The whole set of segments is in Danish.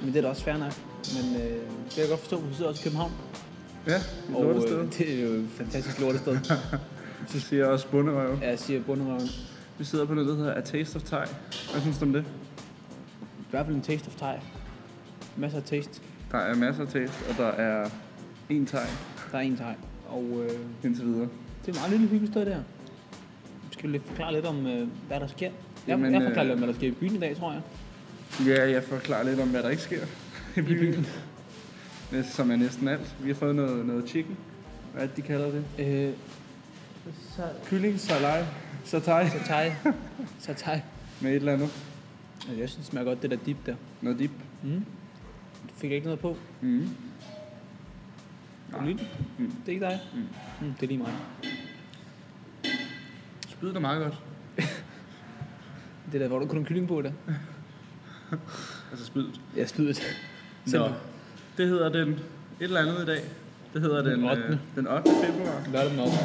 men det er da også fair nok. Men øh, det kan jeg godt forstå, for du sidder også i København. Ja, et Og lortested. øh, det er jo et fantastisk lortested. Det siger også bunderøv. Ja, jeg siger bunderøven. Vi sidder på noget, der hedder A Taste of Thai. Hvad synes du om det? I hvert fald en taste of thai. Masser af taste. Der er masser af taste, og der er en thai Der er en thai. Og øh, indtil videre. det er et meget lille hyggeligt sted, det her. Skal vi lige forklare lidt om, øh, hvad der sker? Jeg, Jamen, Jamen, jeg forklarer øh, lidt om, hvad der sker i byen i dag, tror jeg. Ja, jeg forklarer lidt om, hvad der ikke sker i byen. Det Som er næsten alt. Vi har fået noget, noget chicken. Hvad er det, de kalder det? Øh, så, Kylling, salai, satai så thai. Så thai. med et eller andet. Altså, Jeg synes, det smager godt, det der dip der. Noget dip. Mm. Du fik ikke noget på? Mm. Nej. Nyt? Mm. Mm. Det er ikke dig? Mm. Mm, det er lige mig. Spyder det meget godt. Det er der, hvor du kun har kylling på der. Altså spydet. Jeg snyder det. Nå. Det hedder den et eller andet i dag. Det hedder den, Den den 8. ottende. Øh, den 8. februar. Lørdag den også.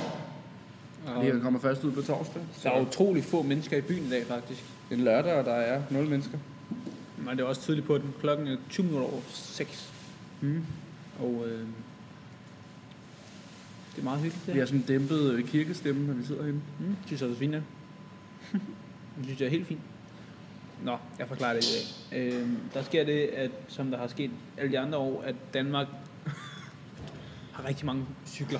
Og Det kommer først ud på torsdag. der er utrolig få mennesker i byen i dag, faktisk. en lørdag, og der er 0 mennesker. Men det er også tidligt på den. Klokken er 20 minutter over 6. Mm. Og øh, det er meget hyggeligt. Det. Vi her. har sådan en dæmpet øh, kirkestemme, når vi sidder herinde. Mm, synes jeg, det er fint, ja. det synes jeg er helt fint. Nå, jeg forklarer det i dag. Øh, der sker det, at, som der har sket alle de andre år, at Danmark har rigtig mange cykler.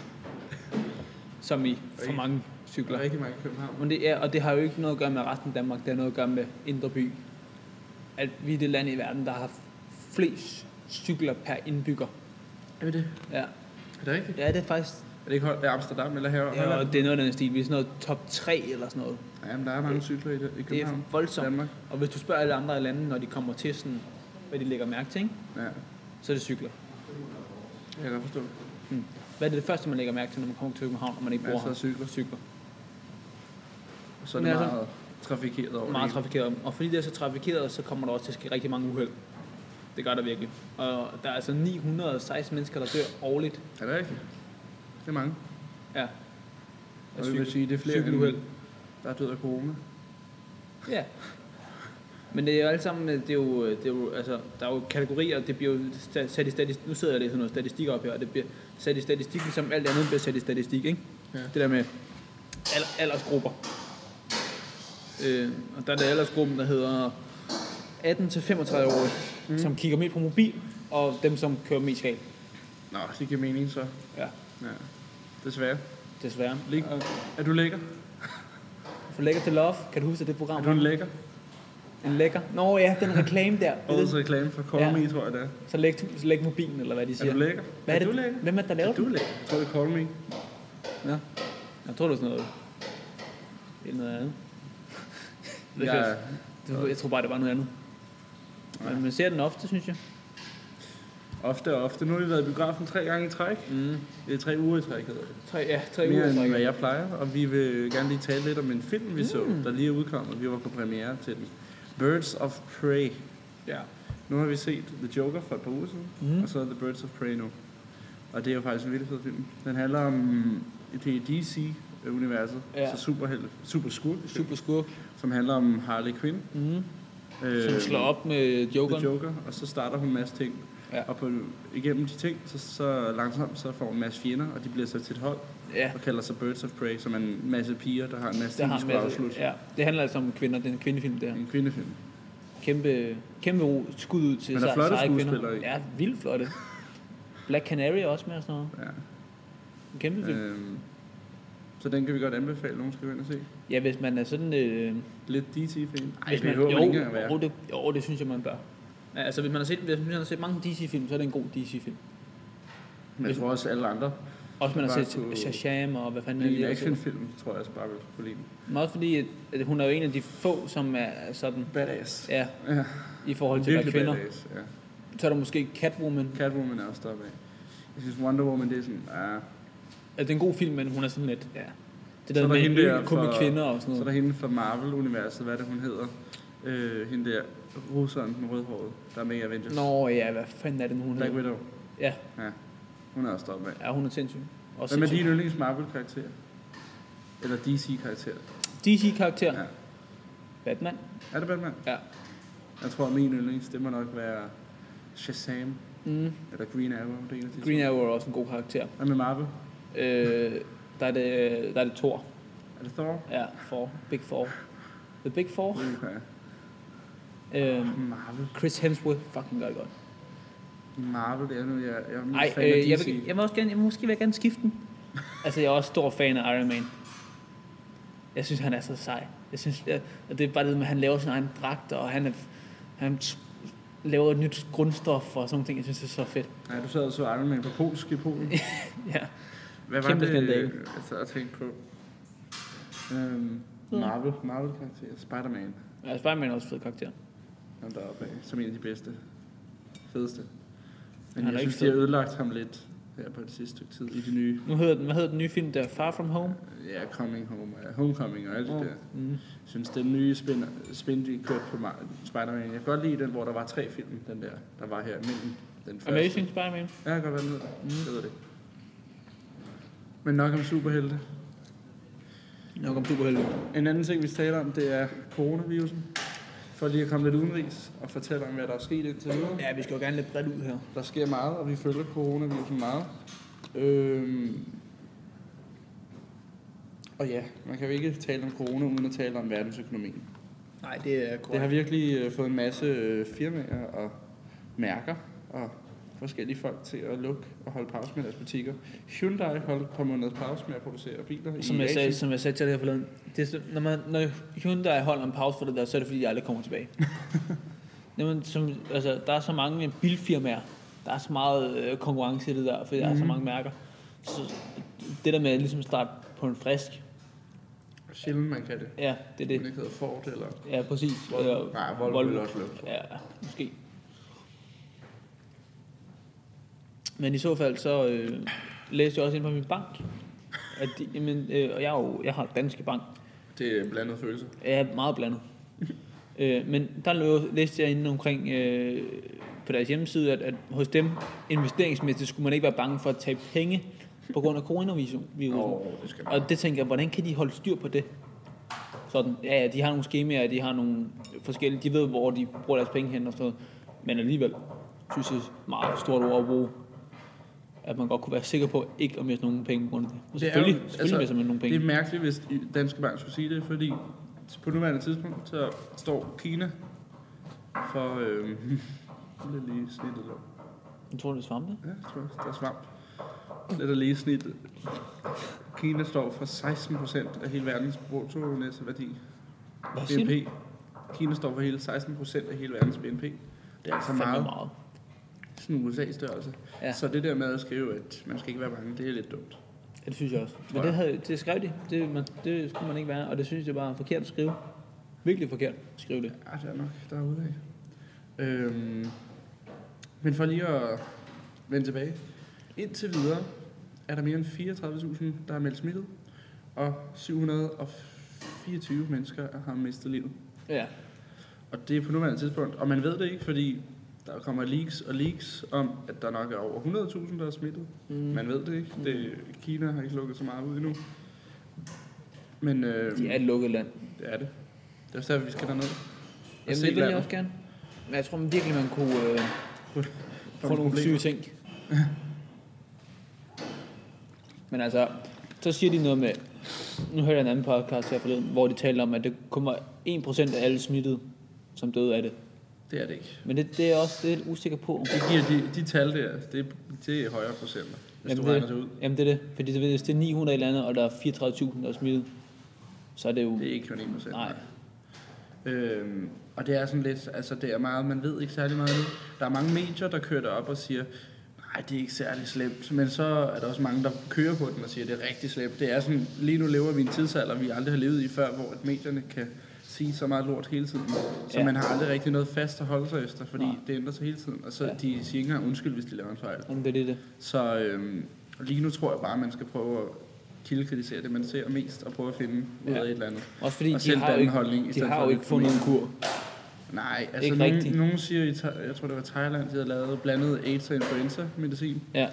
Som i for mange cykler. rigtig mange i København. Men det er, og det har jo ikke noget at gøre med resten af Danmark, det har noget at gøre med Indre By. At vi er det land i verden, der har flest cykler per indbygger. Er vi det? Ja, Er det rigtigt? ja det er faktisk Er det ikke Hol- er Amsterdam eller her? ja, og det er noget af den stil. Vi er sådan noget top 3 eller sådan noget. Jamen, der er mange cykler i, det- i Det København. er voldsomt. Danmark. Og hvis du spørger alle andre lande, når de kommer til sådan, hvad de lægger mærke til, ikke? Ja, så er det cykler. jeg kan forstå. Hvad er det, det første, man lægger mærke til, når man kommer til København, og man ikke bor Masser her? af cykler. Cykler. Så er det Men altså- meget trafikeret over Meget det hele. trafikeret. Og fordi det er så trafikeret, så kommer der også til at ske rigtig mange uheld. Det gør der virkelig. Og der er altså 916 mennesker, der dør årligt Er det rigtigt? Det er mange. Ja. Og det vil sige, det er flere cykeluheld. end der er død af corona. Ja. Men det er jo alt sammen, øh, det er jo, det er jo, altså, der er jo kategorier, det bliver jo sta- sat i statistik, nu sidder jeg og læser noget statistik op her, og det bliver sat i statistik, som alt andet bliver sat i statistik, ikke? Ja. Det der med al, aldersgrupper. Øh, og der er det aldersgruppen, der hedder 18-35-årige, mm. som kigger mest på mobil, og dem, som kører mest galt. Nå, det giver mening så. Ja, Ja. Desværre. desværre. Lig. Er du lækker? For lækker til love, kan du huske det program? Er du en lækker? En lækker. Nå ja, den reklame der. Det er den. Årets reklame for Call Ja. Me, tror jeg det er. Så læg, så læg mobilen, eller hvad de Er siger. du lækker? Hvad er det? du lækker? Hvem er det, der laver Er den? du lækker? Jeg tror, det er Call Me. Nå. Jeg tror, det er sådan noget... Det er noget andet. Det er Jeg, fedt. Det- Jeg tror bare, det var noget andet. Men man ser den ofte, synes jeg. ofte og ofte. Nu har vi været i biografen tre gange i træk. Mm. Det er tre uger i træk, hedder det. Tre, ja, tre uger. Mere end træk. hvad jeg plejer. Og vi vil gerne lige tale lidt om en film, vi så, Mm. der lige er udkommet. Vi var på premiere til den. Birds of Prey. Ja. Nu har vi set The Joker for et par uger siden, Mm. og så The Birds of Prey nu. Og det er jo faktisk en vildt fed film. Den handler om øh, det er DC-universet, Ja. så superhelte, super skurk, Super skurk, som handler om Harley Quinn. mm. øh, som slår op med The jokeren. Joker, og så starter hun en masse ting. Ja. Og på, igennem de ting, så, så langsomt, så får hun en masse fjender, og de bliver så til et hold, Ja, og kalder sig Birds of Prey, som er en masse piger, der har en masse der ting, har de en skulle afslutte. masse, ja. Det handler altså om kvinder. Det er en kvindefilm, det her. En kvindefilm. Kæmpe, kæmpe ro- skud ud til Men der er se- flotte seje kvinder. skuespillere i. Ja, vildt flotte. Black Canary er også med og sådan noget. Ja. En kæmpe film. Øhm, så den kan vi godt anbefale, nogen skal gå ind og se. Ja, hvis man er sådan... Øh, Lidt DC-film. Ej, hvis det man, behøver jo, man ikke engang at være. jo, det, jo, det synes jeg, man bør. Ja, altså, hvis man har set, hvis man har set mange DC-film, så er det en god DC-film. Men jeg tror også alle andre. Også man har Bare set kunne- Shazam og hvad fanden Men det en er. actionfilm, tror jeg også bare vil kunne lide. Men også fordi, at, at hun er jo en af de få, som er sådan, Badass. ja, Ja, i forhold til at være virkelig kvinder. badass. Ja. Så er der måske Catwoman. Catwoman er også deroppe af. Jeg synes Wonder Woman, det er sådan, ah. Altså, det er en god film, men hun er sådan lidt, ja. Det Så er der der med en hende der ø, kun med fra- kvinder og sådan Så er der noget. hende fra Marvel-universet, hvad er det, hun hedder? Øh, hende der, russeren med rødhåret, der er med i Avengers. Nå ja, hvad fanden er det nu, hun Black hedder? Widow. Ja, Hun er også deroppe af. ja, hun er sindssyg. Og Hvad med sindssyg. din yndlings Marvel-karakter? Eller DC-karakter? DC-karakter. Ja. Batman. Er det Batman? Ja. Jeg tror, min yndlings, det må nok være Shazam, Mm. eller Green Arrow, det er en af de Green Arrow er også en god karakter. Hvad med Marvel? Øh, der, er det, der er det Thor. Er det Thor? Ja, Thor. Big Thor. The Big Thor. Okay. Øh, Marvel. Chris Hemsworth fucking gør det godt. Marvel, det er nu, jeg, jeg er mest Nej, Mm, fan af øh, jeg, DC. vil, jeg vil også gerne, jeg, vil måske vil jeg gerne skifte den. Altså, jeg er også stor fan af Iron Man. Jeg synes, han er så sej. Jeg synes, jeg, og det er bare det med, at han laver sin egen dragt, og han, er, han t- laver et nyt grundstof og sådan nogle ting. Jeg synes, det er så fedt. Nej, du sad og så Iron Man på polsk i Polen. ja. Hvad var Kæmpe det, øh, skandale. jeg sad og tænkte på? Øhm, Ja. Marvel, Marvel-karakterer. Spider-Man, ja Altså, Spider-Man er også fed karakter. ham deroppe af, som en af de bedste. Fedeste. Men Han er jeg ikke synes, de har fed. ødelagt ham lidt her på det sidste stykke tid i de nye. Nu hedder den, hvad hedder den nye film der? Far From Home? Ja, Coming Home, ja, Homecoming og alt det Åh, der. Mm. Jeg synes, den nye spin, spin de kørte på Mar- Spider-Man. Jeg kan godt lide den, hvor der var tre film, den der, der var her imellem. Den første. Amazing Spider-Man. Ja, jeg kan godt være med. Mm. Mm. Jeg ved det. ikke. Men nok om superhelte. Nok om superhelte. En anden ting, vi taler om, det er coronavirusen. For lige at komme lidt udenrigs og fortælle om, hvad der er sket indtil videre. Ja, vi skal jo gerne lidt bredt ud her. Der sker meget, og vi følger coronavirusen meget. Øhm. Og ja, man kan jo ikke tale om corona, uden at tale om verdensøkonomien. Nej, det er Det har korrekt. virkelig øh, fået en masse øh, firmaer og mærker og forskellige folk til at lukke og holde pause med deres butikker. Hyundai holdt et par måneders pause med at producere biler Som i jeg, sagde, Asien. som jeg sagde til dig her forleden, det er, så- når, man, når Hyundai holder en pause for det der, så er det fordi, de aldrig kommer tilbage. Jamen, som, altså, der er så mange bilfirmaer, der er så meget øh, konkurrence i det der, fordi der er så Mhm. mange mærker. Så det der med at ligesom starte på en frisk, Sjældent man kan det. ja, det er Det det. ikke hedder Ford eller... Ja, præcis. Volvo. Eller- Nej, Volvo, Volvo. Volvo. også lukke. Ja, måske. Men i så fald, så øh, læste jeg også ind på min bank, at de, jamen, øh, og jeg, er jo, jeg har Danske Bank, Det er blandet følelse. Jeg er meget blandet. øh, men der lå- læste jeg inde omkring øh, på deres hjemmeside, at, at hos dem investeringsmæssigt skulle man ikke være bange for at tabe penge på grund af coronavirusen. Åh, det skal man. Og det tænker jeg, hvordan kan de holde styr på det? Sådan, ja, ja, de har nogle skemaer, de har nogle forskellige, de ved, hvor de bruger deres penge hen og sådan noget. Men alligevel synes jeg, det er et meget stort ord at bruge, at man godt kunne være sikker på ikke at miste nogen penge på grund af det. Og Det er jo- selvfølgelig, selvfølgelig altså, mister man nogle penge. Det er mærkeligt, hvis Danske Bank skulle sige det, fordi på nuværende tidspunkt, så står Kina for... Øh, nu bliver lige snittet op. Jeg tror, det er svampe. Ja, jeg tror også, der er svamp. Lidt er lige snittet. Kina står for 16 procent af hele verdens bruttonettoværdi. Hvad siger du? BNP. Kina står for hele 16 procent af hele verdens BNP. Det er altså Fandme meget. meget. Sådan USA-størrelse. Ja. Så det der med at skrive, at man skal ikke være bange, det er lidt dumt. Ja, det synes jeg også. Tror Men det, jeg. havde, det skrev de. Det, man, det skulle man ikke være, og det synes jeg bare er forkert at skrive. Virkelig forkert at skrive det. Ja, det er nok derude af. Øhm, men for lige at vende tilbage. Indtil videre er der mere end 34.000, der er meldt smittet, og 724 mennesker har mistet livet. Ja, Og det er på nuværende tidspunkt, og man ved det ikke, fordi der kommer leaks og leaks om, at der nok er over 100.000, der er smittet. mm, Man Men, ved det ikke. Det, Kina har ikke lukket så meget ud endnu. Men øh, de er et lukket land. det er det. Det er også derfor, vi skal derned. Og Jamen, se det vil jeg landet. også gerne. Men jeg tror man virkelig, man kunne øh, få nogle nogle problemer. syge ting. Men altså, så siger de noget med, nu hørte jeg en anden podcast her forleden, hvor de taler om, at det kommer 1% af alle smittede, som døde af det. Det er det ikke. Men det, det er jeg også lidt usikker på. Det giver de, de tal der, det, er- det er højere procenter, hvis Jamen, du det- regner det ud. Jamen det er det, fordi det, hvis det er 900 eller andet, og der er 34.000, der er smittet, så er det jo... Det er ikke kun 1 procent. Nej. Øhm, og det er sådan lidt, altså det er meget, man ved ikke særlig meget nu. Der er mange medier, der kører det op og siger, nej, det er ikke særlig slemt. Men så er der også mange, der kører på den og siger, det er rigtig slemt. Det er sådan, lige nu lever vi i en tidsalder, vi aldrig har levet i før, hvor at medierne kan sige så meget lort hele tiden. Så Ja. man har aldrig rigtig noget fast at holde sig efter, fordi Nej. det ændrer sig hele tiden. Og så Ja. de siger ikke engang undskyld, hvis de laver en fejl. Jamen, det er det, det. Så øhm, lige nu tror jeg bare, at man skal prøve at kildekritisere det, man ser mest, og prøve at finde ud af Ja. et eller andet. Også fordi Og de selv har, jo den ikke, holdning, i de stedet har for jo at ikke fundet en kur. Nej, altså Ikke ikke nogen, rigtigt. nogen siger, i Tha- jeg tror det var Thailand, de havde lavet blandet AIDS og influenza-medicin, Ja,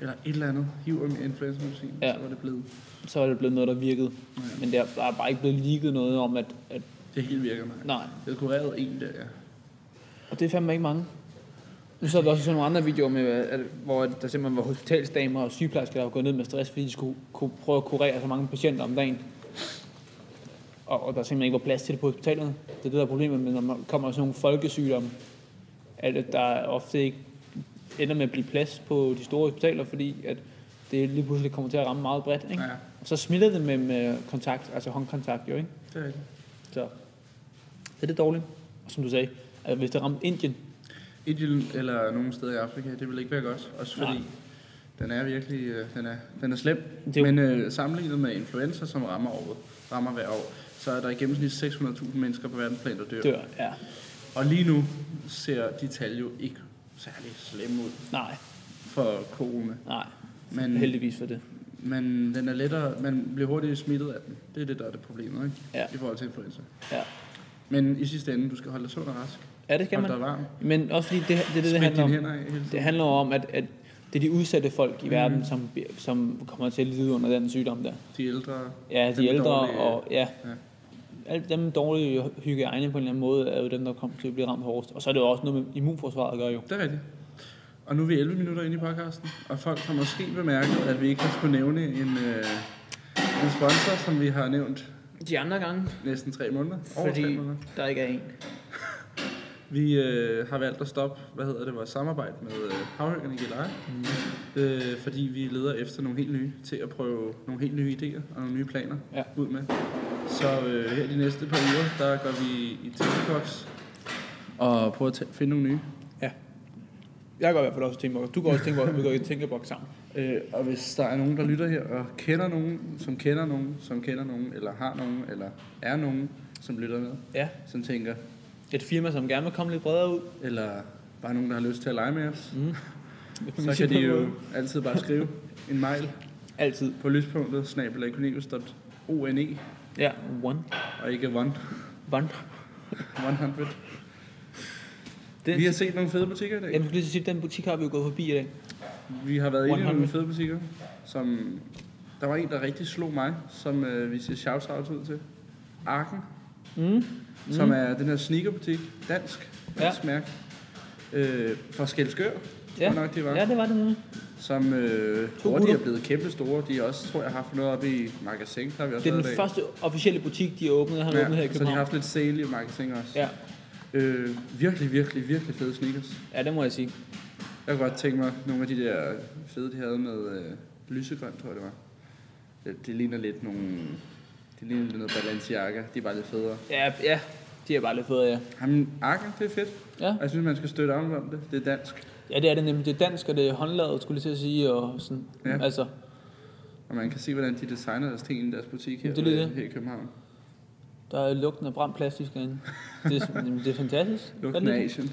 eller et eller andet, HIV og influenza-medicin, Ja. ja. så var det blevet. så er det blevet noget, der virkede. Ja. Men der der er bare ikke blevet ligget noget om, at, at Det hele virker mig. nej. Jeg havde kureret en der, ja. Og det er fandme ikke mange. Nu så er der også sådan nogle andre videoer, med, at, hvor der simpelthen var hospitalsdamer og sygeplejersker, der var gået ned med stress, fordi de skulle kunne prøve at kurere så mange patienter om dagen. Og, og der simpelthen ikke var plads til det på hospitalerne. Det er det, der er problemet, men når man kommer sådan nogle folkesygdomme, at at der ofte ikke ender med at blive plads på de store hospitaler, fordi at det lige pludselig kommer til at ramme meget bredt. Ikke? Ja, Og så smitter det med, med kontakt, altså håndkontakt jo, ikke? det er rigtigt. Så det er det dårligt. Og som du sagde, at hvis det ramte Indien, Indien eller nogen steder i Afrika, det vil ikke være godt. Også fordi Nej. den er virkelig øh, den er, den er slem. Det er Det jo- Men øh, sammenlignet med influenza, som rammer, året, rammer hver år, så er der i gennemsnit 600.000 mennesker på verdensplan, der dør. dør. dør, ja. Og lige nu ser de tal jo ikke særlig slemme ud Nej, for corona. nej. Men, Heldigvis for det. men den er lettere, man bliver hurtigt smittet af den. Det er det, der er det problemet, ikke? Ja. I forhold til influenza. Ja. Men i sidste ende, du skal holde dig sund og rask. Ja, det skal Hold man. dig varm. Men også fordi det, det, er det, det Spænd dine handler om. hænder af hele Det tiden. handler jo om, at, at det er de udsatte folk i Mm. verden, som, bliver- som kommer til at lide under den sygdom der. De ældre. Ja, Dem de med ældre dårlige- og ja. ja. Alt dem med dårlige hygiejne på en eller anden måde, er jo dem, der kommer til at blive ramt hårdest. Og så er det jo også noget med immunforsvaret at gøre jo. Det er rigtigt. Og nu er vi 11 minutter inde i podcasten, og folk har måske bemærket, at vi ikke har skulle nævne en, øh, en sponsor, som vi har nævnt De andre gange, næsten tre måneder. Over Fordi- tre måneder. der ikke er en. Vi øh, har valgt at stoppe, hvad hedder det, vores samarbejde med øh, Havhøgerne i Gilleleje, Mm. øh, fordi vi leder efter nogle helt nye, til at prøve nogle helt nye idéer og nogle nye planer Ja. ud med. Så øh, her de næste par uger, der går vi i Tænkeboks og prøver at tæ- finde nogle nye. Jeg går i hvert fald også i tænkeboks. Du går også i tænkeboks, vi går i tænkeboks sammen. Øh, og hvis der er nogen, der lytter her og kender nogen, som kender nogen, som kender nogen, eller har nogen, eller er nogen, som lytter med, Ja, som tænker, et firma, som gerne vil komme lidt bredere ud. eller bare nogen, der har lyst til at lege med os, Mm. så kan de jo altid bare skrive en mail Altid. på lyspunktet, snabelagcornelius.one, Ja, one. E, og ikke one, One. 100. Den, Vi har set nogle fede butikker i Jeg dag. skulle lige sige, den butik har vi jo gået forbi i dag. Vi har været inde i 100. nogle fede butikker, som... Der var en, der rigtig slog mig, som øh, vi siger shout-out ud til. Arken. Mm. mm. som er den her sneakerbutik, dansk, dansk ja. mærke, øh, fra Skelskør, Ja. ja. nok det var, Ja, ja. det var det nemlig. som øh, To hurtigt er gutter. blevet kæmpe store. De er også, tror jeg, har haft noget oppe i magasin, der har vi også Det er været i dag. den første officielle butik, de har åbnet. Han har åbnet her i så de har København. haft lidt sale i magasin også. Ja. Øh, virkelig, virkelig, virkelig fede sneakers. ja, det må jeg sige. Jeg kunne godt tænke mig nogle af de der fede, de havde med øh, lysegrøn, tror jeg det var. Det, det ligner lidt nogle... Det ligner lidt noget Balenciaga. De er bare lidt federe. Ja, ja. De er bare lidt fede, ja. Jamen, Arken, det er fedt. Ja, Og jeg synes, man skal støtte op om det. Det er dansk. ja det er det nemlig. Det er dansk, og det er håndlavet, skulle jeg til at sige. Og sådan. Ja. Altså, Og man kan se, hvordan de designer deres ting i deres butik her, Det er lidt øh, det. her i København. der er lugten af brændt plastik derinde. Det er, jamen, det er fantastisk. Godt Lugten lidt. af Asien.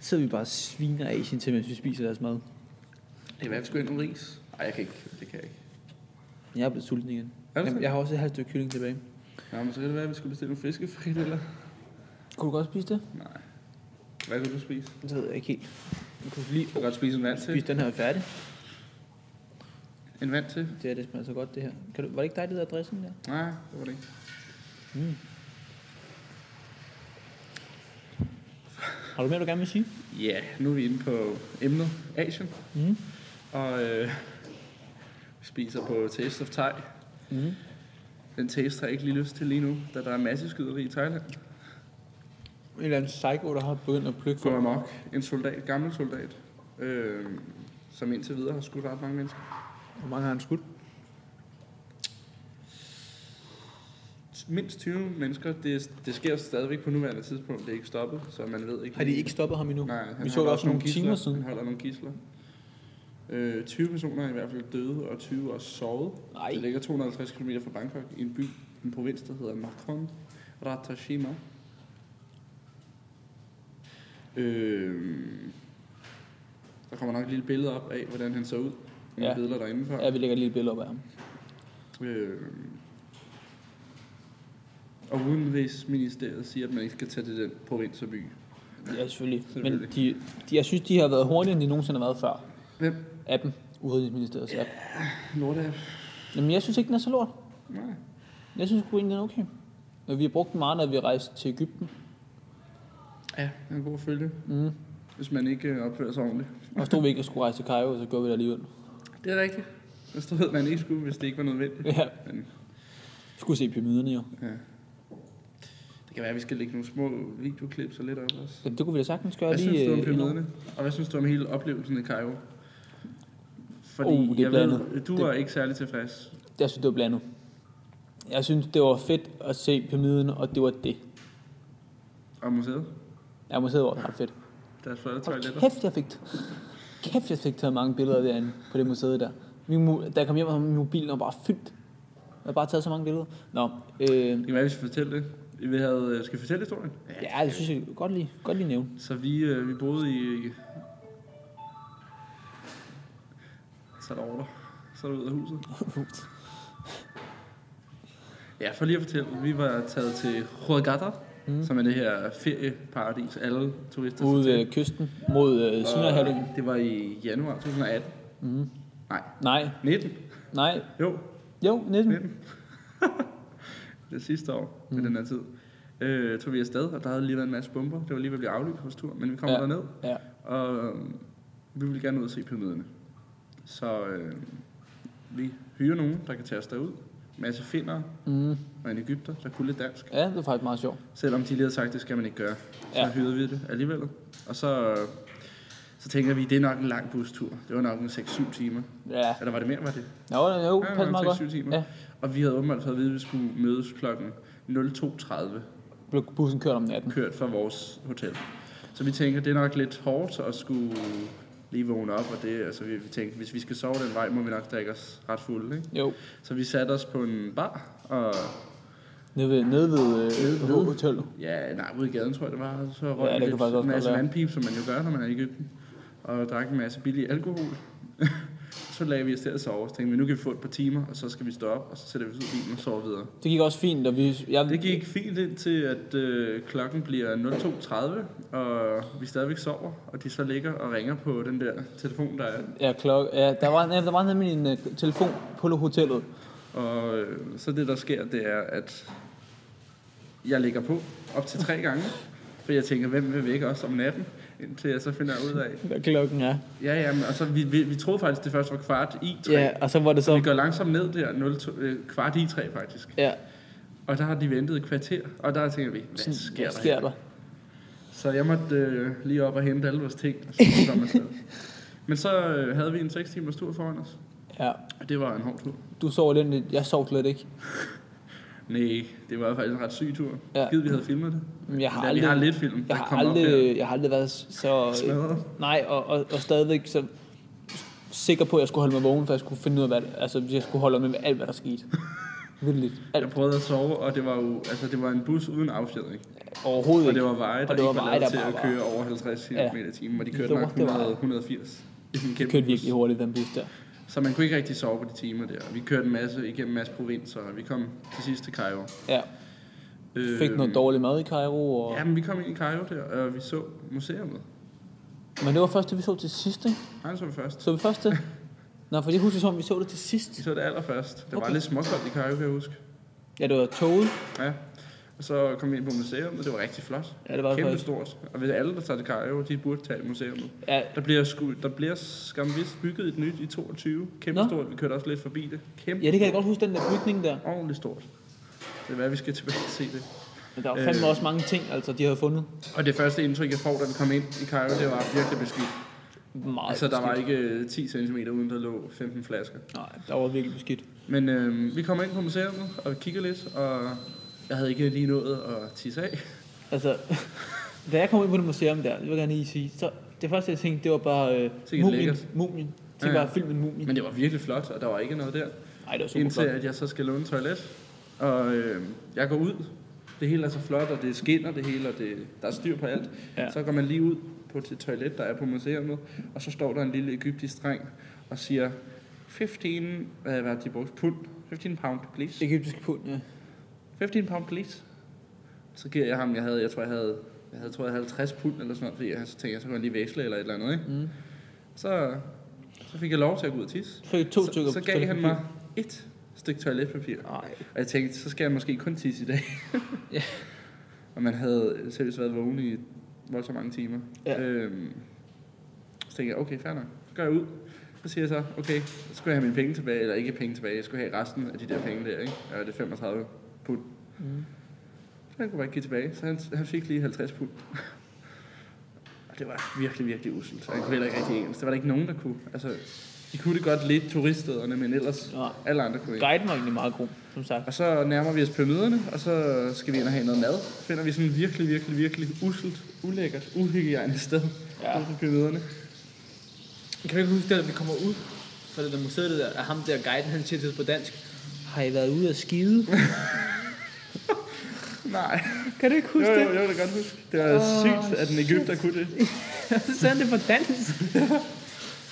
Så sidder vi bare og sviner Asien til, mens vi spiser deres mad. Det er værd, sgu ind nogle ris. Nej, jeg kan ikke. Det kan jeg ikke. Jeg er blevet sulten igen. Er det Jamen, så? jeg har også et halvt stykke kylling tilbage. Nå, men så kan det være, at vi skulle bestille nogle fiskefrikadeller. Kunne du godt spise det? Nej. Hvad kan du spise? Det ved jeg ikke helt. Jeg kunne lige Du kan godt spise en vand til. spise den her færdig. En vand til? Det her, det smager så godt, det her. Kan du, var det ikke dig, det der dressing der? Nej, det var det ikke. Mm. Har du mere, du gerne vil sige? Ja, yeah, nu er vi inde på emnet Asien. Mm. Og øh, vi spiser på Taste of Thai. Mm. Den taste har jeg ikke lige lyst til lige nu, da der er masse skyderi i Thailand. En eller anden psycho, der har begyndt at plukke Gå amok. En soldat, gammel soldat, øh, som indtil videre har skudt ret mange mennesker. Hvor mange har han skudt? Mindst 20 mennesker, det, det sker stadigvæk på nuværende tidspunkt, det er ikke stoppet, så man ved ikke. Har de ikke stoppet ham endnu? Nej, han Vi så holder det også nogle gisler. timer siden. Han holder nogle gisler. Øh, 20 personer er i hvert fald døde, og 20 er såret. Nej. Det ligger 250 km fra Bangkok i en by, en provins, der hedder Nakhon Ratchasima. Øh, der kommer nok et lille billede op af, hvordan han så ud. Nogle Ja. ja. billeder derinde fra. Ja, vi lægger et lille billede op af ham. Øh, og Udenrigsministeriet siger, at man ikke skal tage til den provins og by. Ja, selvfølgelig. Men Selvfølgelig. de, de, jeg synes, de har været hurtigere, end de nogensinde har været før. Hvem? Appen. Udenrigsministeriets app. Nordaf. Jamen, jeg synes ikke, den er så lort. Nej. Jeg synes sgu egentlig, den er okay. Når vi har brugt den meget, når vi rejste til Ægypten. Ja, det er en god følge, Mm. hvis man ikke øh, opfører sig ordentligt. Og stod vi ikke og skulle rejse til Cairo, så gjorde vi det alligevel. Det er rigtigt. Og så ved man ikke skulle, hvis det ikke var nødvendigt. Ja. Men, Skulle se pyramiderne jo. ja. Det kan være, at vi skal lægge nogle små videoklip så lidt op også. Jamen, det kunne vi da sagtens gøre Hvad lige... synes du om øh, endnu. pyramiderne? Og hvad synes du om hele oplevelsen i Cairo? Fordi Uh, det er jeg ved, blandet. du Det- var ikke særlig tilfreds. Jeg synes, det var blandet. Jeg synes, det var fedt at se pyramiden, og det var det. Og museet? Jeg må sidde over, det var ret fedt. Deres flotte Hold toiletter? kæft, jeg fik, kæft, jeg fik taget mange billeder derinde på det museet der. Min, mo- da jeg kom hjem, var min mobil var bare fyldt. Jeg har bare taget så mange billeder. Nå, øh, Det kan være, vi skal fortælle det. Vi havde, øh, skal vi fortælle historien? ja, det synes jeg godt lige, godt lige nævne. Så vi, øh, vi boede i... Så er der order. Så er der ud af huset. Ja, for lige at fortælle, vi var taget til Hurghada, Mm. mm. som er det her ferieparadis, alle turister Ude øh, ved kysten mod øh, Sønderhavn. Og Det var i januar 2018. Mm. Nej, Nej, 19. nej. Jo, Jo, næsten. 19. det sidste år, mm. ved den her tid. Øh, tog vi afsted, og der havde lige været en masse bomber. Det var lige ved at blive aflyst vores tur, men vi kom Ja. ja. derned, Ja. og øh, vi ville gerne ud og se pyramiderne. Så øh, vi hyrer nogen, der kan tage os derud. En masse finder Mm. og en Ægypter, der kunne lidt dansk. Ja, det var faktisk meget sjovt. Selvom de lige havde sagt, det skal man ikke gøre. Så Ja. ja. hyrede vi det alligevel. Og så, så tænker vi, det er nok en lang bustur. Det var nok en 6-7 timer. Ja. Eller var det mere, var det? Jo, jo, det pas var nok meget godt. 6-7 timer. Ja. Ja. Og vi havde åbenbart fået at vide, at vi skulle mødes klokken 02.30, Blev bussen kørt om natten. kørt fra vores hotel. Så vi tænker, det er nok lidt hårdt at skulle lige vågne op, og det, altså vi, vi tænkte, hvis vi skal sove den vej, må vi nok drikke os ret fulde, ikke? Jo, Så vi satte os på en bar, og nede ved, nede ved, Nede øh, ved. hotellet. Ja, nej, ude i gaden, tror jeg, det var. Så røg Ja, det ja, kan lidt, faktisk også en masse godt være. vandpip, som man jo gør, når man er i Ægypten. Og drak en masse billig alkohol. så lagde vi os til at sove, så tænkte vi, nu kan vi få et par timer, og så skal vi stå op, og så sætter vi os ud i bilen og sover videre. Det gik også fint, og vi... Jeg, Det gik fint indtil, at øh, klokken bliver 02.30, og vi stadigvæk sover, og de så ligger og ringer på den der telefon, der er. Ja, klok, ja, der, var, ja, der var nemlig en uh, telefon på hotellet. Og øh, så det, der sker, det er, at jeg ligger på op til tre gange, for jeg tænker, hvem vil vække os om natten, indtil jeg så finder ud af, Hvad klokken er. Ja, ja, men, og så vi, vi, vi troede faktisk, det først var kvart i tre. Ja, og så var det Så vi så... går langsomt ned der, 0, to, øh, kvart i tre faktisk. Ja, Og der har de ventet et kvarter, og der tænker vi, hvad sådan, sker, hvad der? sker her? der? Så jeg måtte øh, lige op og hente alle vores ting, og så kom jeg afsted. Men så øh, havde vi en 6 timers tur foran os, Ja, og det var en hård tur. du sov lidt, jeg sov slet ikke. Nej, det var faktisk en ret syg tur. Ja. Ja. Gid, vi havde filmet det. Men Jeg har ja, vi har aldrig, lidt film, der jeg har kommer op her. aldrig, jeg har aldrig været så... Smadret. Nej, og, og, og stadigvæk så sikker på, at jeg skulle holde mig vågen, for jeg skulle finde ud af, hvad, altså, jeg skulle holde med, med alt, hvad der skete. Vildt. Jeg Alt. prøvede at sove, og det var jo, altså det var en bus uden affjedring. Overhovedet Og det ikke. var veje, der Og det var ikke var veje, lavet til der bare at var- køre over 50 km Ja. i timen, og de kørte Det var- nok det var- 100, 180 i sådan en Det kæmpe kørte bus. virkelig hurtigt, den bus der. Så man kunne ikke rigtig sove på de timer der. Vi kørte en masse, igennem en masse provinser, og vi kom til sidst til Cairo. Ja, fik noget dårlig mad i Cairo, og... Øh. Ja, men vi kom ind i Cairo der, og vi så museet. Men det var først det, vi så til sidst, ikke? Han så vi først. Så vi først det? Nå, for jeg husker som, om vi så det til sidst. Vi så det allerførst. Det Okay. var lidt småkoldt i Cairo, kan jeg huske. Ja, det var toget. Ja. Og så kom vi ind på museet, og det var rigtig flot. Ja, det var det Kæmpe faktisk. stort. Og hvis alle, der tager til Cairo, de burde tage museet. Ja, Der bliver, sku, der bliver skam vist bygget et nyt i 22. Kæmpe Nå. stort. Vi kørte også lidt forbi det. Kæmpe ja, det kan jeg godt huske, den der bygning der. ordentligt stort. Det er hvad, vi skal tilbage og se det. Men der var fandme Øh. også mange ting, altså, de havde fundet. Og det første indtryk, jeg får, da vi kom ind i Cairo, det var virkelig beskidt. Meget Altså, der var beskidt. ikke øh, 10 cm uden, der lå 15 flasker. Nej, der var virkelig beskidt. Men øh, vi kommer ind på museet og kigger lidt, og jeg havde ikke lige nået at tisse af. Altså, da jeg kom ind på det museum der, det vil jeg gerne lige sige, så det første, jeg tænkte, det var bare øh, Sikkert mumien. lækkert. Mumien. Det var Ja, ja, ja. bare filmen mumien. Men det var virkelig flot, og der var ikke noget der. Nej, det var super Indtil flot. at jeg så skal låne toilet, og øh, jeg går ud. Det hele er så flot, og det skinner det hele, og det, der er styr på alt. Ja. Ja. Så går man lige ud på et toilet, der er på museet, og så står der en lille egyptisk dreng og siger, 15, hvad var det, de brugte? Pund. 15 pound, please. Ægyptisk pund, ja. 15 pound, please. Så giver jeg ham, jeg havde, jeg tror, jeg havde, jeg havde, tror, jeg havde 50 pund eller sådan noget, fordi jeg, så tænkte jeg, så kunne jeg lige veksle eller et eller andet, ikke? Mm. Så, så fik jeg lov til at gå ud og tisse. Så fik jeg to så, stykker så gav han toiletpapir. mig et stykke toiletpapir. Nej. Og jeg tænkte, så skal jeg måske kun tisse i dag. Ja. Og man havde seriøst været vågen i voldsomt mange timer. Ja. Øhm, så tænkte jeg, okay, fair nok. Så går jeg ud. Så siger jeg så, okay, så skulle jeg have mine penge tilbage, eller ikke penge tilbage, jeg skulle have resten af de der penge der, ikke? Og det er 35 pund. Mm. Så han kunne bare ikke give tilbage, så han, han fik lige 50 pund. og det var virkelig, virkelig uselt. Så han kunne heller ikke rigtig engelsk. Der var der ikke nogen, der kunne. Altså, de kunne det godt lidt turiststederne, men ellers Nå. alle andre kunne ikke. Guiden var egentlig meget god, som sagt. Og så nærmer vi os pyramiderne, og så skal vi ind og have noget mad. Finder vi sådan virkelig, virkelig, virkelig uselt, ulækkert, uhygiejnisk sted Ja. ja. ude for pyramiderne. Kan du ikke huske, da vi kommer ud fra det der museet, det der, at ham der guiden, han siger til os på dansk, har I været ude at skide? Nej, kan du ikke jo, huske jo, det? jo, det kan jeg godt huske. Det var oh, sygt, at en Ægypter kunne det. Så sagde han det på dansk.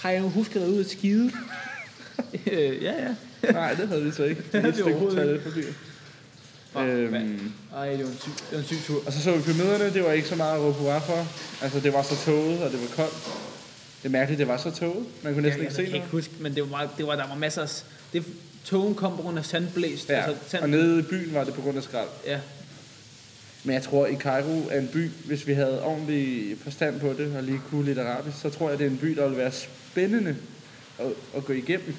har jeg husket at ud at skide? øh, ja, ja. Nej, det havde vi så ikke. Det havde vi Et stykke overhovedet toilet papir. Fuck, mand. Øhm, Ej, det var en syg, det var en syg tur. og så så vi pyramiderne, det var ikke så meget at råbe hurra for. Altså, det var så tåget, og det var koldt. Det er mærkeligt, det var så tåget. Man kunne næsten Jeg, jeg, ikke se kan ikke noget. huske, men det var, meget, det var, der var masser af... s- Det, togen kom på grund af sandblæst. Ja, altså sand, og nede i byen var det på grund af skrald. ja. Men jeg tror, i Cairo er en by, hvis vi havde ordentlig forstand på det, og lige kunne lidt arabisk, så tror jeg, det er en by, der ville være spændende at, at gå igennem.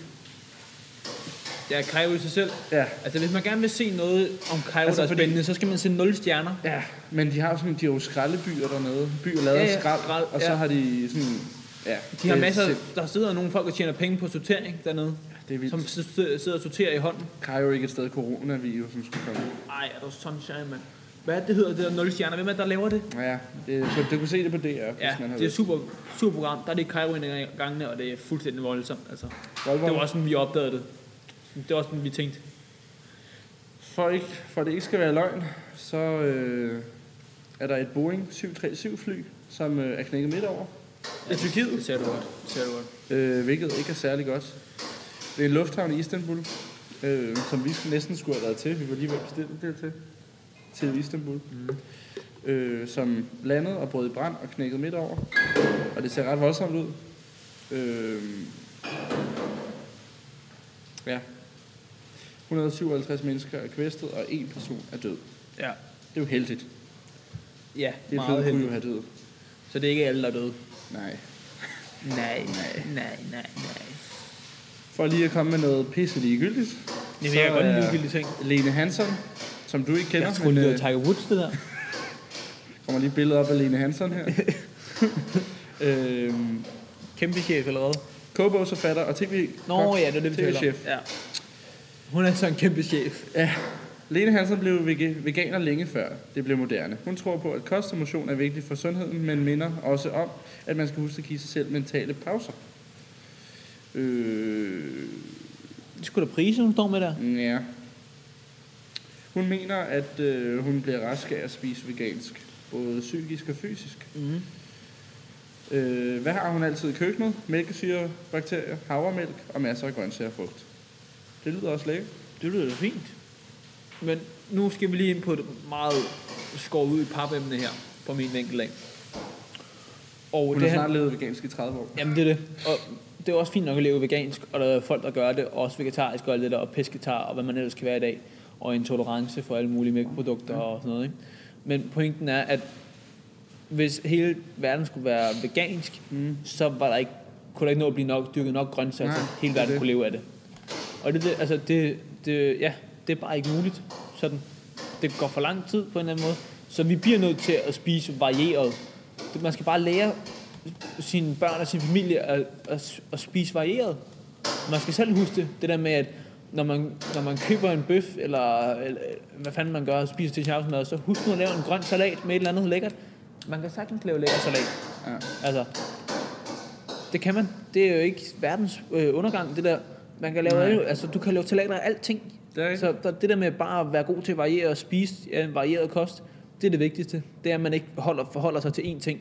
ja, Cairo i sig selv. Ja, Altså, hvis man gerne vil se noget om Cairo, altså, Altså, der er fordi- spændende, så skal man se 0 stjerner. ja. Men de har jo sådan, de har jo skraldebyer dernede. Byer lavet Ja, af ja, skrald, skrald, og så ja. har de sådan... Ja, De har det er masser, sind- der sidder nogle folk, der tjener penge på sortering dernede, Det er vildt. som s- s- sidder og sorterer i hånden. Cairo er ikke et sted, coronavirusen skulle komme. Ej, er der sunshine, mand. Hvad er det, det hedder, det der 0 stjerner? Hvem er det, der laver det? Ja, det, du, du kunne se det på DR, ja, Ja, hvis man har det er lyst. super, super program. Der er det i Cairo en af gangene, og det er fuldstændig voldsomt. Altså. Volvo. Det var også sådan, vi opdagede det. Det var også sådan, vi tænkte. For, ikke, for at det ikke skal være løgn, så øh, er der et Boeing 737-fly, som øh, er knækket midt over. I Tyrkiet? Det ser du godt. Det ser du godt. øh, hvilket ikke er særlig godt. Det er en lufthavn i Istanbul, øh, som vi næsten skulle have været til. Vi var lige ved at bestille det til. Til Istanbul. Mm. Øh, som landede og brød i brand og knækkede midt over. Og det ser ret voldsomt ud. Øh, ja. 157 mennesker er kvæstet, og en person er død. Ja, Det er jo heldigt. ja Det meget kunne heldigt. jo have død. Så det er ikke alle, der er døde. Nej. Nej, nej, nej, nej, nej. For lige at komme med noget pisse ligegyldigt. Det så virker godt en er- ligegyldig ting. Lene Hansen, som du ikke kender. øh, Jeg troede, men, det øh, var Tiger Woods, det der. kommer lige et billede op af Lene Hansen her. øhm, Kæmpe chef allerede. Kogebogsforfatter og tv Nå ja, det er det, vi taler om. TV-chef. Ja. Hun er så en kæmpe chef. Ja. Lene Hansen blev vege- veganer længe før det blev moderne. Hun tror på, at kost og motion er vigtigt for sundheden, men minder også om, at man skal huske at give sig selv mentale pauser. Øh, Det skulle da prise, hun står med der. ja. Hun mener, at øh, hun bliver rask af at spise vegansk, både psykisk og fysisk. Mm. Øh, hvad har hun altid i køkkenet? Mælkesyre, bakterier, havremælk og masser af grøntsager og frugt. Det lyder også lækkert. Det lyder da fint. Men nu skal vi lige ind på et meget skåret ud i papemne her, på min enkelt lag. Og Hun Oh, det har han- snart levet vegansk i 30 år. Jamen det er det. Og det er også fint nok at leve vegansk, og der er folk, der gør det, og også vegetarisk og alt det der, og pesketar, og hvad man ellers kan være i dag, og en tolerance for alle mulige mælkeprodukter ja. og sådan noget. Ikke? Men pointen er, at hvis hele verden skulle være vegansk, Mm. så var der ikke, kunne der ikke nå at blive nok, dyrket nok grøntsager, Nej, så hele det er verden det. kunne leve af det. Og det, det, altså det, det, ja, det er bare ikke muligt. Sådan. Det går for lang tid på en eller anden måde. Så vi bliver nødt til at spise varieret. Det- Man skal bare lære sine børn og sin familie at, at, at spise varieret. Man skal selv huske det, det der med, at når man, når man køber en bøf, eller, eller hvad fanden man gør, og spiser til sin aftensmad, så husk nu at lave en grøn salat med et eller andet lækkert. Man kan sagtens lave lækker salat. Ja. Altså, det kan man. Det er jo ikke verdens øh, undergang, det der. Man kan lave Nej. alle, altså, du kan lave salater af alting. Det er Så der, det der med bare at være god til at variere og spise ja, en varieret kost, det er det vigtigste. Det er, at man ikke holder, forholder sig til én ting.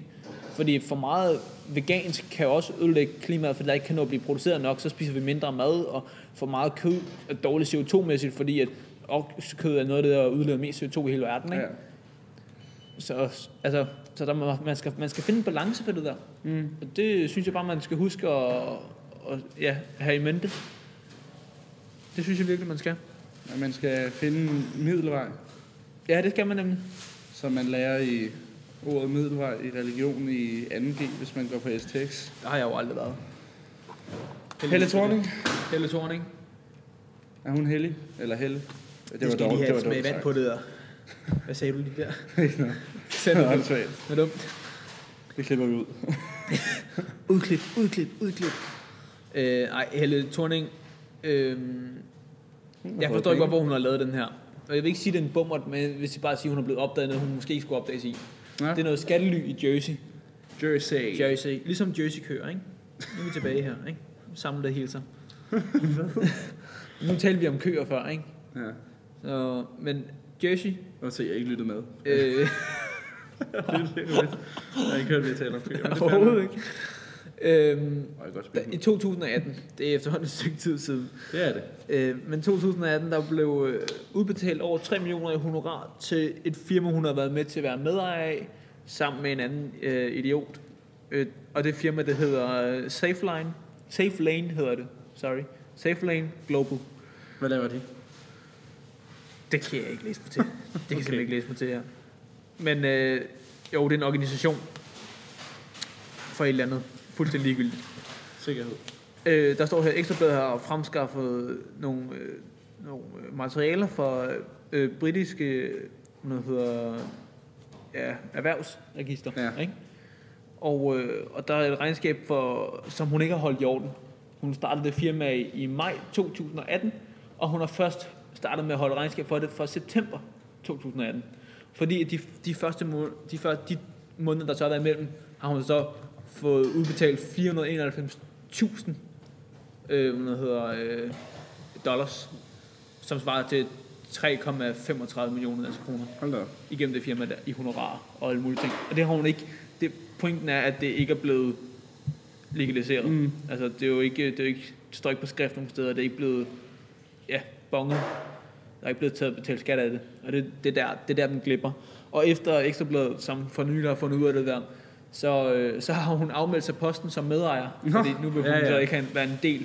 Fordi for meget vegansk kan jo også ødelægge klimaet, fordi der ikke kan nå at blive produceret nok, så spiser vi mindre mad, og for meget kød er dårligt CO2-mæssigt, fordi at oksekød er noget af det, der udleder mest CO2 i hele verden. Ikke? ja. Så, altså, så der, må- man, skal, man skal finde en balance for det der. Mm. Og det synes jeg bare, man skal huske at, at ja, have i mente. Det synes jeg virkelig, man skal. Og man skal finde en middelvej, Ja, det skal man nemlig. som man lærer i ordet middelvej i religion i 2G, hvis man går på STX. Der har jeg jo aldrig været. Helle Thorning, Helle Thorning. er hun hellig? Eller Helle? Det, var dog, det var dumt vand på det der. Hvad sagde du lige der? Nå. Det, Sæt det var dumt. åndssvagt. Det er dumt. det klipper vi ud. Udklip, udklip, udklip. Øh, ej, Helle Thorning. Øh, Jeg forstår ikke, hvorfor hun har lavet den her. Og jeg vil ikke sige, at det er en bummert, men hvis jeg bare siger, at hun er blevet opdaget, i noget hun måske ikke skulle opdages i. Ja. Det er noget skattely i Jersey. Jersey. Jersey. Ligesom Jersey kører, ikke? Nu er vi tilbage her, ikke? Samlet der hilser. nu talte vi om køer før, ikke? Ja. Så, men Jersey... Og se, jeg ikke lyttede med. Øh, Det er lidt vildt. jeg har ikke hørt, vi taler om køer. men det er fair overhovedet nok. ikke. Øhm, Åh, jeg kan godt da, spille I den. 2018, det er efterhånden et stykke tid siden, Det er det. øh, men 2018, der blev øh, udbetalt over 3 millioner i honorar til et firma, hun har været med til at være medejer af, sammen med en anden øh, idiot. Øh, og det firma, det hedder øh, Safeline. Safe Lane hedder det, sorry. Safelane Global. Hvad laver de? Det kan jeg ikke læse mig til. Det kan okay. jeg simpelthen ikke læse mig til her. Men øh, jo, det er en organisation for et eller andet. Fuldstændig ligegyldigt. Sikkerhed. Øh, der står her, Ekstrabladet har fremskaffet nogle, øh, nogle øh, materialer fra øh, britiske hvad hedder, ja, erhvervsregister. Ja. Ikke? Og, øh, og der er et regnskab, for, som hun ikke har holdt i orden. Hun startede det firma i, i maj 2018, og hun har først startet med at holde regnskab for det fra september 2018. Fordi at de, de første må, de, første, de måneder, der så har været imellem, har hun så fået udbetalt 491.000 øh, hvad hedder, øh, dollars, som svarer til 3,35 millioner danske kroner Hold da op. igennem det firma der, i honorarer og alle mulige ting. Og det har hun ikke. Det, pointen er, at det ikke er blevet legaliseret. Mm. Mm. Altså, det er jo ikke, det er jo ikke, det står ikke på skrift nogen steder, det er ikke blevet, ja, bonget. Der er ikke blevet taget og betalt skat af det. Og det, det, er der, det er der, den glipper. Og efter Ekstrabladet, som for nylig har fundet ud af det der, så, øh, så har hun afmeldt sig posten som medejer, Nå, fordi nu vil hun ja, ja, ja. ja. så ikke have- være en del.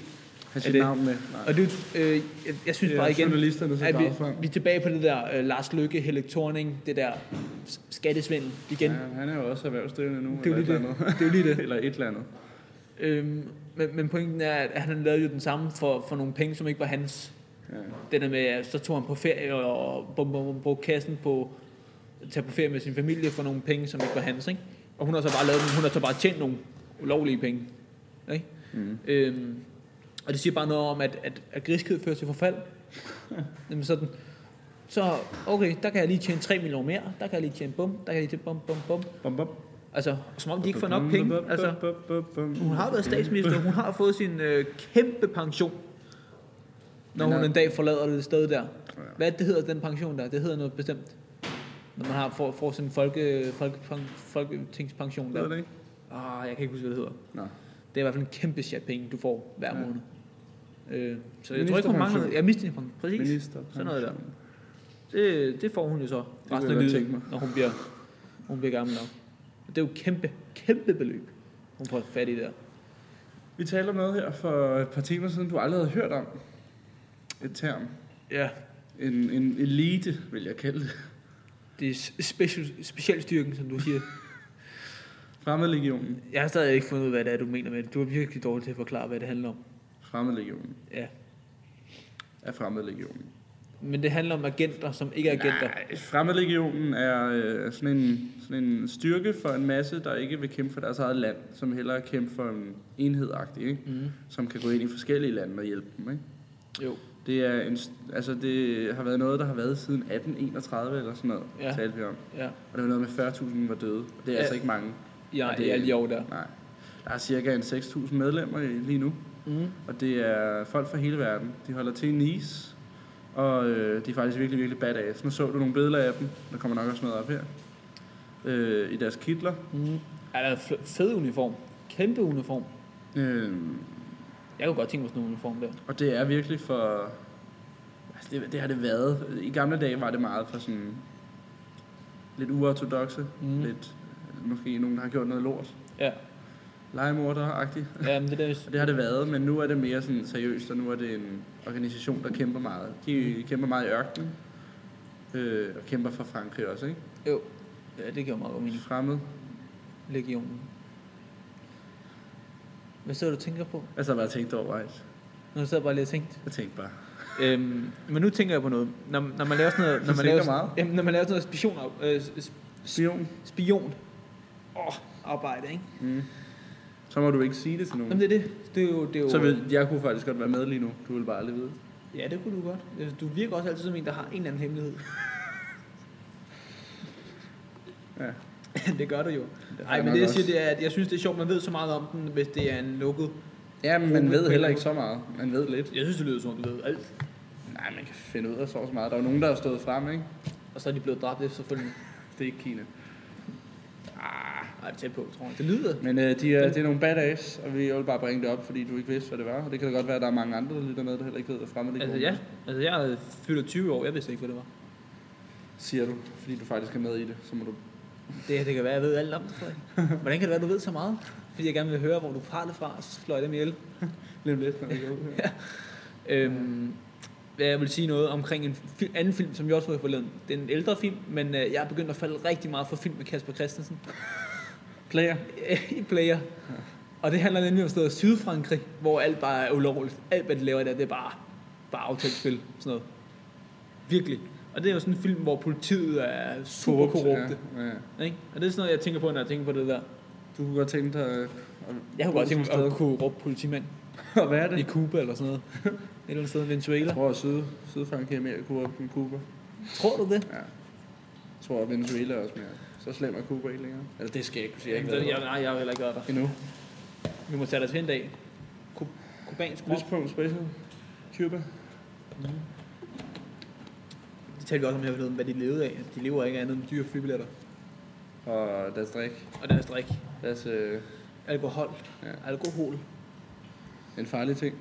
Har Er sit det- navn med. Nej. Og det, øh, jeg, jeg Det synes er bare igen, Journalisterne, så ej, vi, gravet frem. vi er tilbage på det der øh, Lars Lykke, Helle Thorning, det der s- skattesvindel igen. Ja, han er jo også erhvervsdrivende nu. Det er jo lige eller et det. eller andet. Det er jo lige det. eller et eller andet. Øhm, men, men pointen er, at han lavede jo den samme for, for nogle penge, som ikke var hans. Ja. Den der med, at så tog han på ferie og bum, bum, bum, brugte kassen på at tage på ferie med sin familie for nogle penge, som ikke var hans. Ikke? Og hun har så bare lavet dem, hun har så bare tjent nogle ulovlige penge. Ikke? Mm. Øhm, og det siger bare noget om, at, at, at griskhed fører til forfald. Jamen sådan, så okay, der kan jeg lige tjene 3 millioner mere, der kan jeg lige tjene bum, der kan jeg lige tjene bum, bum, bum. Bum, bum. Altså, som om de ikke får nok penge. Altså, Bum, bum, bum, bum. hun har været statsminister, hun har fået sin øh, kæmpe pension, når Men hun er- en dag forlader det sted der. Ja. Hvad er det, det hedder den pension der? Det hedder noget bestemt. Når man har, får, får sin folke, folke, folketingspension Ved der. det ikke? Ah, jeg kan ikke huske, hvad det hedder. Nå. Det er i hvert fald en kæmpe chat penge, du får hver Ja. måned. Øh, så jeg tror ikke, hun Ministerpension. mangler... Jeg mister hende, præcis. Minister. Sådan noget der. Det, det får hun jo så jeg resten af godt tænke mig. livet, når hun bliver, hun bliver gammel nok. Og det er jo kæmpe, kæmpe beløb, hun får fat i der. Vi taler om noget her for et par timer siden, du aldrig havde hørt om. Et term. Ja, En, en elite, vil jeg kalde det. det er special, specialstyrken, som du siger. Fremmedlegionen. Jeg har stadig ikke fundet ud af, hvad det er, du mener med det. Du er virkelig dårlig til at forklare, hvad det handler om. Fremmedlegionen. Ja. Er fremmedlegionen. Men det handler om agenter, som ikke er agenter. Nej, fremmedlegionen er øh, sådan, en, sådan en styrke for en masse, der ikke vil kæmpe for deres eget land, som hellere kæmper for en enhed ikke? Mm. som kan gå ind i forskellige lande og hjælpe dem. Ikke? Jo. Det, er en, st- altså det har været noget, der har været siden 1831 eller sådan noget, Ja. ja. talte vi om. Ja. Og det var noget med 40.000 var døde. Og det er Ja. ja. altså ikke mange. Ja, Og det er alle de år der. Nej. Der er cirka en 6.000 medlemmer i- lige nu, Mm. og det er folk fra hele verden. De holder til i Nice, og øh, de er faktisk virkelig, virkelig badass. Nu så du nogle billeder af dem. Der kommer nok også noget op her. Øh, I deres kitler. Mm. Ja, der er en fl- fed uniform. Kæmpe uniform. Øh, Jeg kunne godt tænke mig sådan en uniform der. Og det er virkelig for... Altså det, det har det været. I gamle dage var det meget for sådan... Lidt uortodoxe. Mm. Mm. Lidt, måske nogen, der har gjort noget lort. Ja, Legemorder-agtigt. ja men det der... Og det har det været, men nu er det mere sådan seriøst, og nu er det en organisation, der kæmper meget. De kæmper meget i ørkenen. Øh, og kæmper for Frankrig også, ikke? Jo. Ja, det giver meget god mening. Fremmed. Legionen. Hvad sidder du og tænker på? Altså, hvad jeg tænkte overvejs. Nu sidder jeg bare lige og tænkt. Jeg tænkte bare. Øhm, men nu tænker jeg på noget. Når, når man laver sådan noget... Når Du man tænker laver, sådan- meget. Jamen, når man laver sådan noget spion, øh, s- Spion. spion oh, arbejde, ikke? Mm. Så må du ikke sige det til nogen. Jamen, det er det. Det er jo... Det er jo Så vil, jeg kunne faktisk godt være med lige nu. Du vil bare aldrig vide. Ja, det kunne du godt. Altså, Du virker også altid som en, der har en eller anden hemmelighed. Ja. det gør du jo. Det har Nej, jeg men nok det jeg også. siger, det er, at jeg synes, det er sjovt, man ved så meget om den, hvis det er en lukket. Ja, men man ved heller ikke så meget. Man ved lidt. Jeg synes, det lyder som om, du ved alt. Nej, man kan finde ud af så meget. Der er jo nogen, der er stået frem, ikke? Og så er de blevet dræbt efterfølgende. Det er ikke Kina. Ah, ej, det er tæt på, tror jeg. Det lyder. Men øh, de er, det er nogle badass, og vi vil bare bringe det op, fordi du ikke vidste, hvad det var. Og det kan da godt være, at der er mange andre, der lytter med, der heller ikke ved, hvad fremmed det Altså, ja. Altså, jeg fylder 20 år. Jeg vidste ikke, hvad det var. Siger du, fordi du faktisk er med i det, så må du... Det, det kan være, jeg ved alt om det, Frederik. Hvordan kan det være, du ved så meget? Fordi jeg gerne vil høre, hvor du har det fra, og så slår jeg dem ihjel. Lidt lidt, når vi går ud. Øhm, hvad jeg vil sige noget omkring en fi- anden film, som jeg også var forleden. Det er en ældre film, men øh, jeg er begyndt at falde rigtig meget for film med Kasper Christensen Player. i Player. Og det handler nemlig om sådan noget Sydfrankrig, hvor alt bare er ulovligt. Alt, hvad de laver der, det er bare, bare aftalt spil. Sådan noget. Virkelig. Og det er jo sådan en film, hvor politiet er super korrupte. Ja, ja. Ja. Ikke? Og det er sådan noget, jeg tænker på, når jeg tænker på det der. Du kunne godt tænke dig... øh, at- Jeg kunne godt tænke mig sådan at et kunne råbe politimand sted. Og hvad er i det? Cuba eller sådan noget. Et eller andet sted i Venezuela. Jeg tror, at Syd, Sydfrankrig er mere korrupt end Cuba. Tror du det? Ja. Jeg tror, at Venezuela er også mere. Så slem er Cuba ikke længere. Eller det skal jeg ikke kunne sige. Jeg Jamen, har det, ikke jeg, været nej, jeg har heller ikke været der. der. Endnu. Vi må tage dig til en dag. Ku- Kubansk rom. Lyspunkt special. Cuba. Det talte vi også om her forleden, hvad de levede af. De lever ikke af andet end dyre flybilletter. Og deres drik. Og deres drik. Deres, øh, Alkohol. Ja. Alkohol. en farlig ting.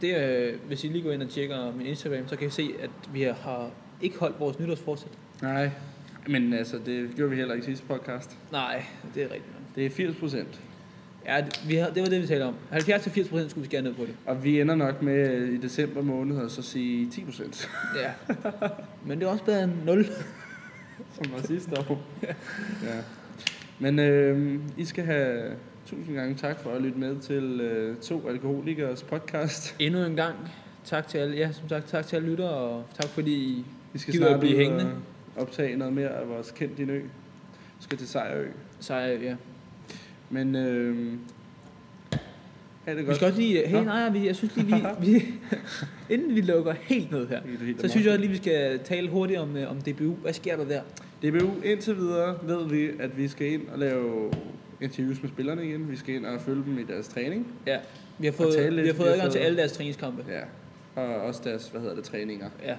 Det, øh, hvis I lige går ind og tjekker min Instagram, så kan I se, at vi har ikke holdt vores nytårsforsæt. Nej. Men altså, det gjorde vi heller ikke i sidste podcast. Nej, det er rigtigt. nok. Det er 80 procent. Ja, det- vi har, det var det, vi talte om. 70-80% skulle vi skære ned på det. Og vi ender nok med øh, i december måned at så sige 10 procent. Ja. Men det er også bedre end 0. Som var sidste år. ja. Men øh, I skal have tusind gange tak for at lytte med til øh, to alkoholikers podcast. Endnu en gang. Tak til alle, ja, som sagt, tak til alle lyttere, og tak fordi I Vi skal Gider snart at blive ud hængende? og optage noget mere af vores kendte din ø. Vi skal til Sejrø. sejrer, ja. Men øh, er det godt? Vi skal også lige, hey, Nå. nej, vi, jeg synes lige, vi, vi, inden vi lukker helt ned her, Det er helt så synes jeg også lige, vi skal tale hurtigt om, øh, om DBU. Hvad sker der der? DBU indtil videre ved vi, at vi skal ind og lave interviews med spillerne igen. Vi skal ind og følge dem i deres træning. Ja, vi har Og tale fået, lidt, vi har fået vi har adgang til fået- alle deres træningskampe. Ja. Og også deres, hvad hedder det, træninger. Ja,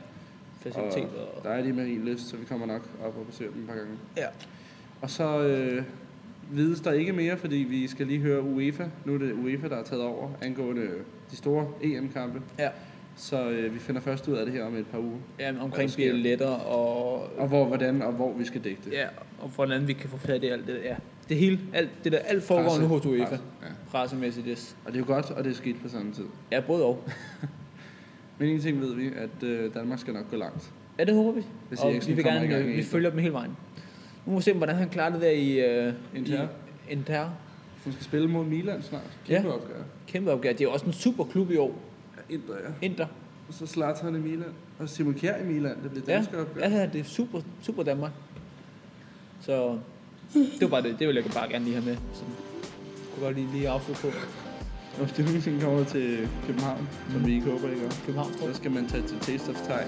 faciliteter Og og... der er de i Marienlyst, så vi kommer nok op og besøger dem et par gange. Ja. Og så øh, vides der ikke mere, fordi vi skal lige høre UEFA. Nu er det UEFA, der er taget over angående øh, de store EM-kampe. Ja. Så øh, vi finder først ud af det her om et par uger. ja, Hvad omkring der sker. billetter og... Og hvor, hvordan og hvor vi skal dække det. Ja, og hvordan vi kan få fat i alt det der. Ja. Det hele, alt det der, alt foregår nu hos UEFA. Presse. Ja. Pressemæssigt, yes. Og det er jo godt, og det er skidt på samme tid. Ja, både og. Men en ting ved vi, at øh, Danmark skal nok gå langt. Ja, det håber vi. Hvis og Eriksen vi vil kommer i gerne, gang øh, igen. vi følger dem hele vejen. Nu må vi se, hvordan han klarer det der i... Øh, Inter. I, Inter. Hun skal spille mod Milan snart. Ja. Kæmpe ja. opgave. Kæmpe opgave. Det er også en super klub i år. Indre, ja. Inter. Og så Zlatan i Milan. Og Simon Kjær i Milan. Det bliver Ja, dansk ja. opgave. ja, ja, det er super, super Danmark. Så det var bare det. Det ville jeg bare gerne lige have med. Så jeg kunne godt lige, lige afslutte på Når Stig Olsen kommer til København, mm. som vi ikke håber, ikke gør, København. så skal man tage til Taste of Thai.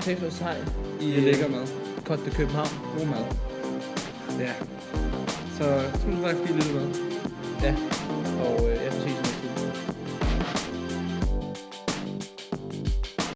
Tak for sej i øh, Det er lækker mad. Kotte København. God mad. Ja. Så tusind tak, fordi I lyttede med. Ja, og øh, jeg præcis med.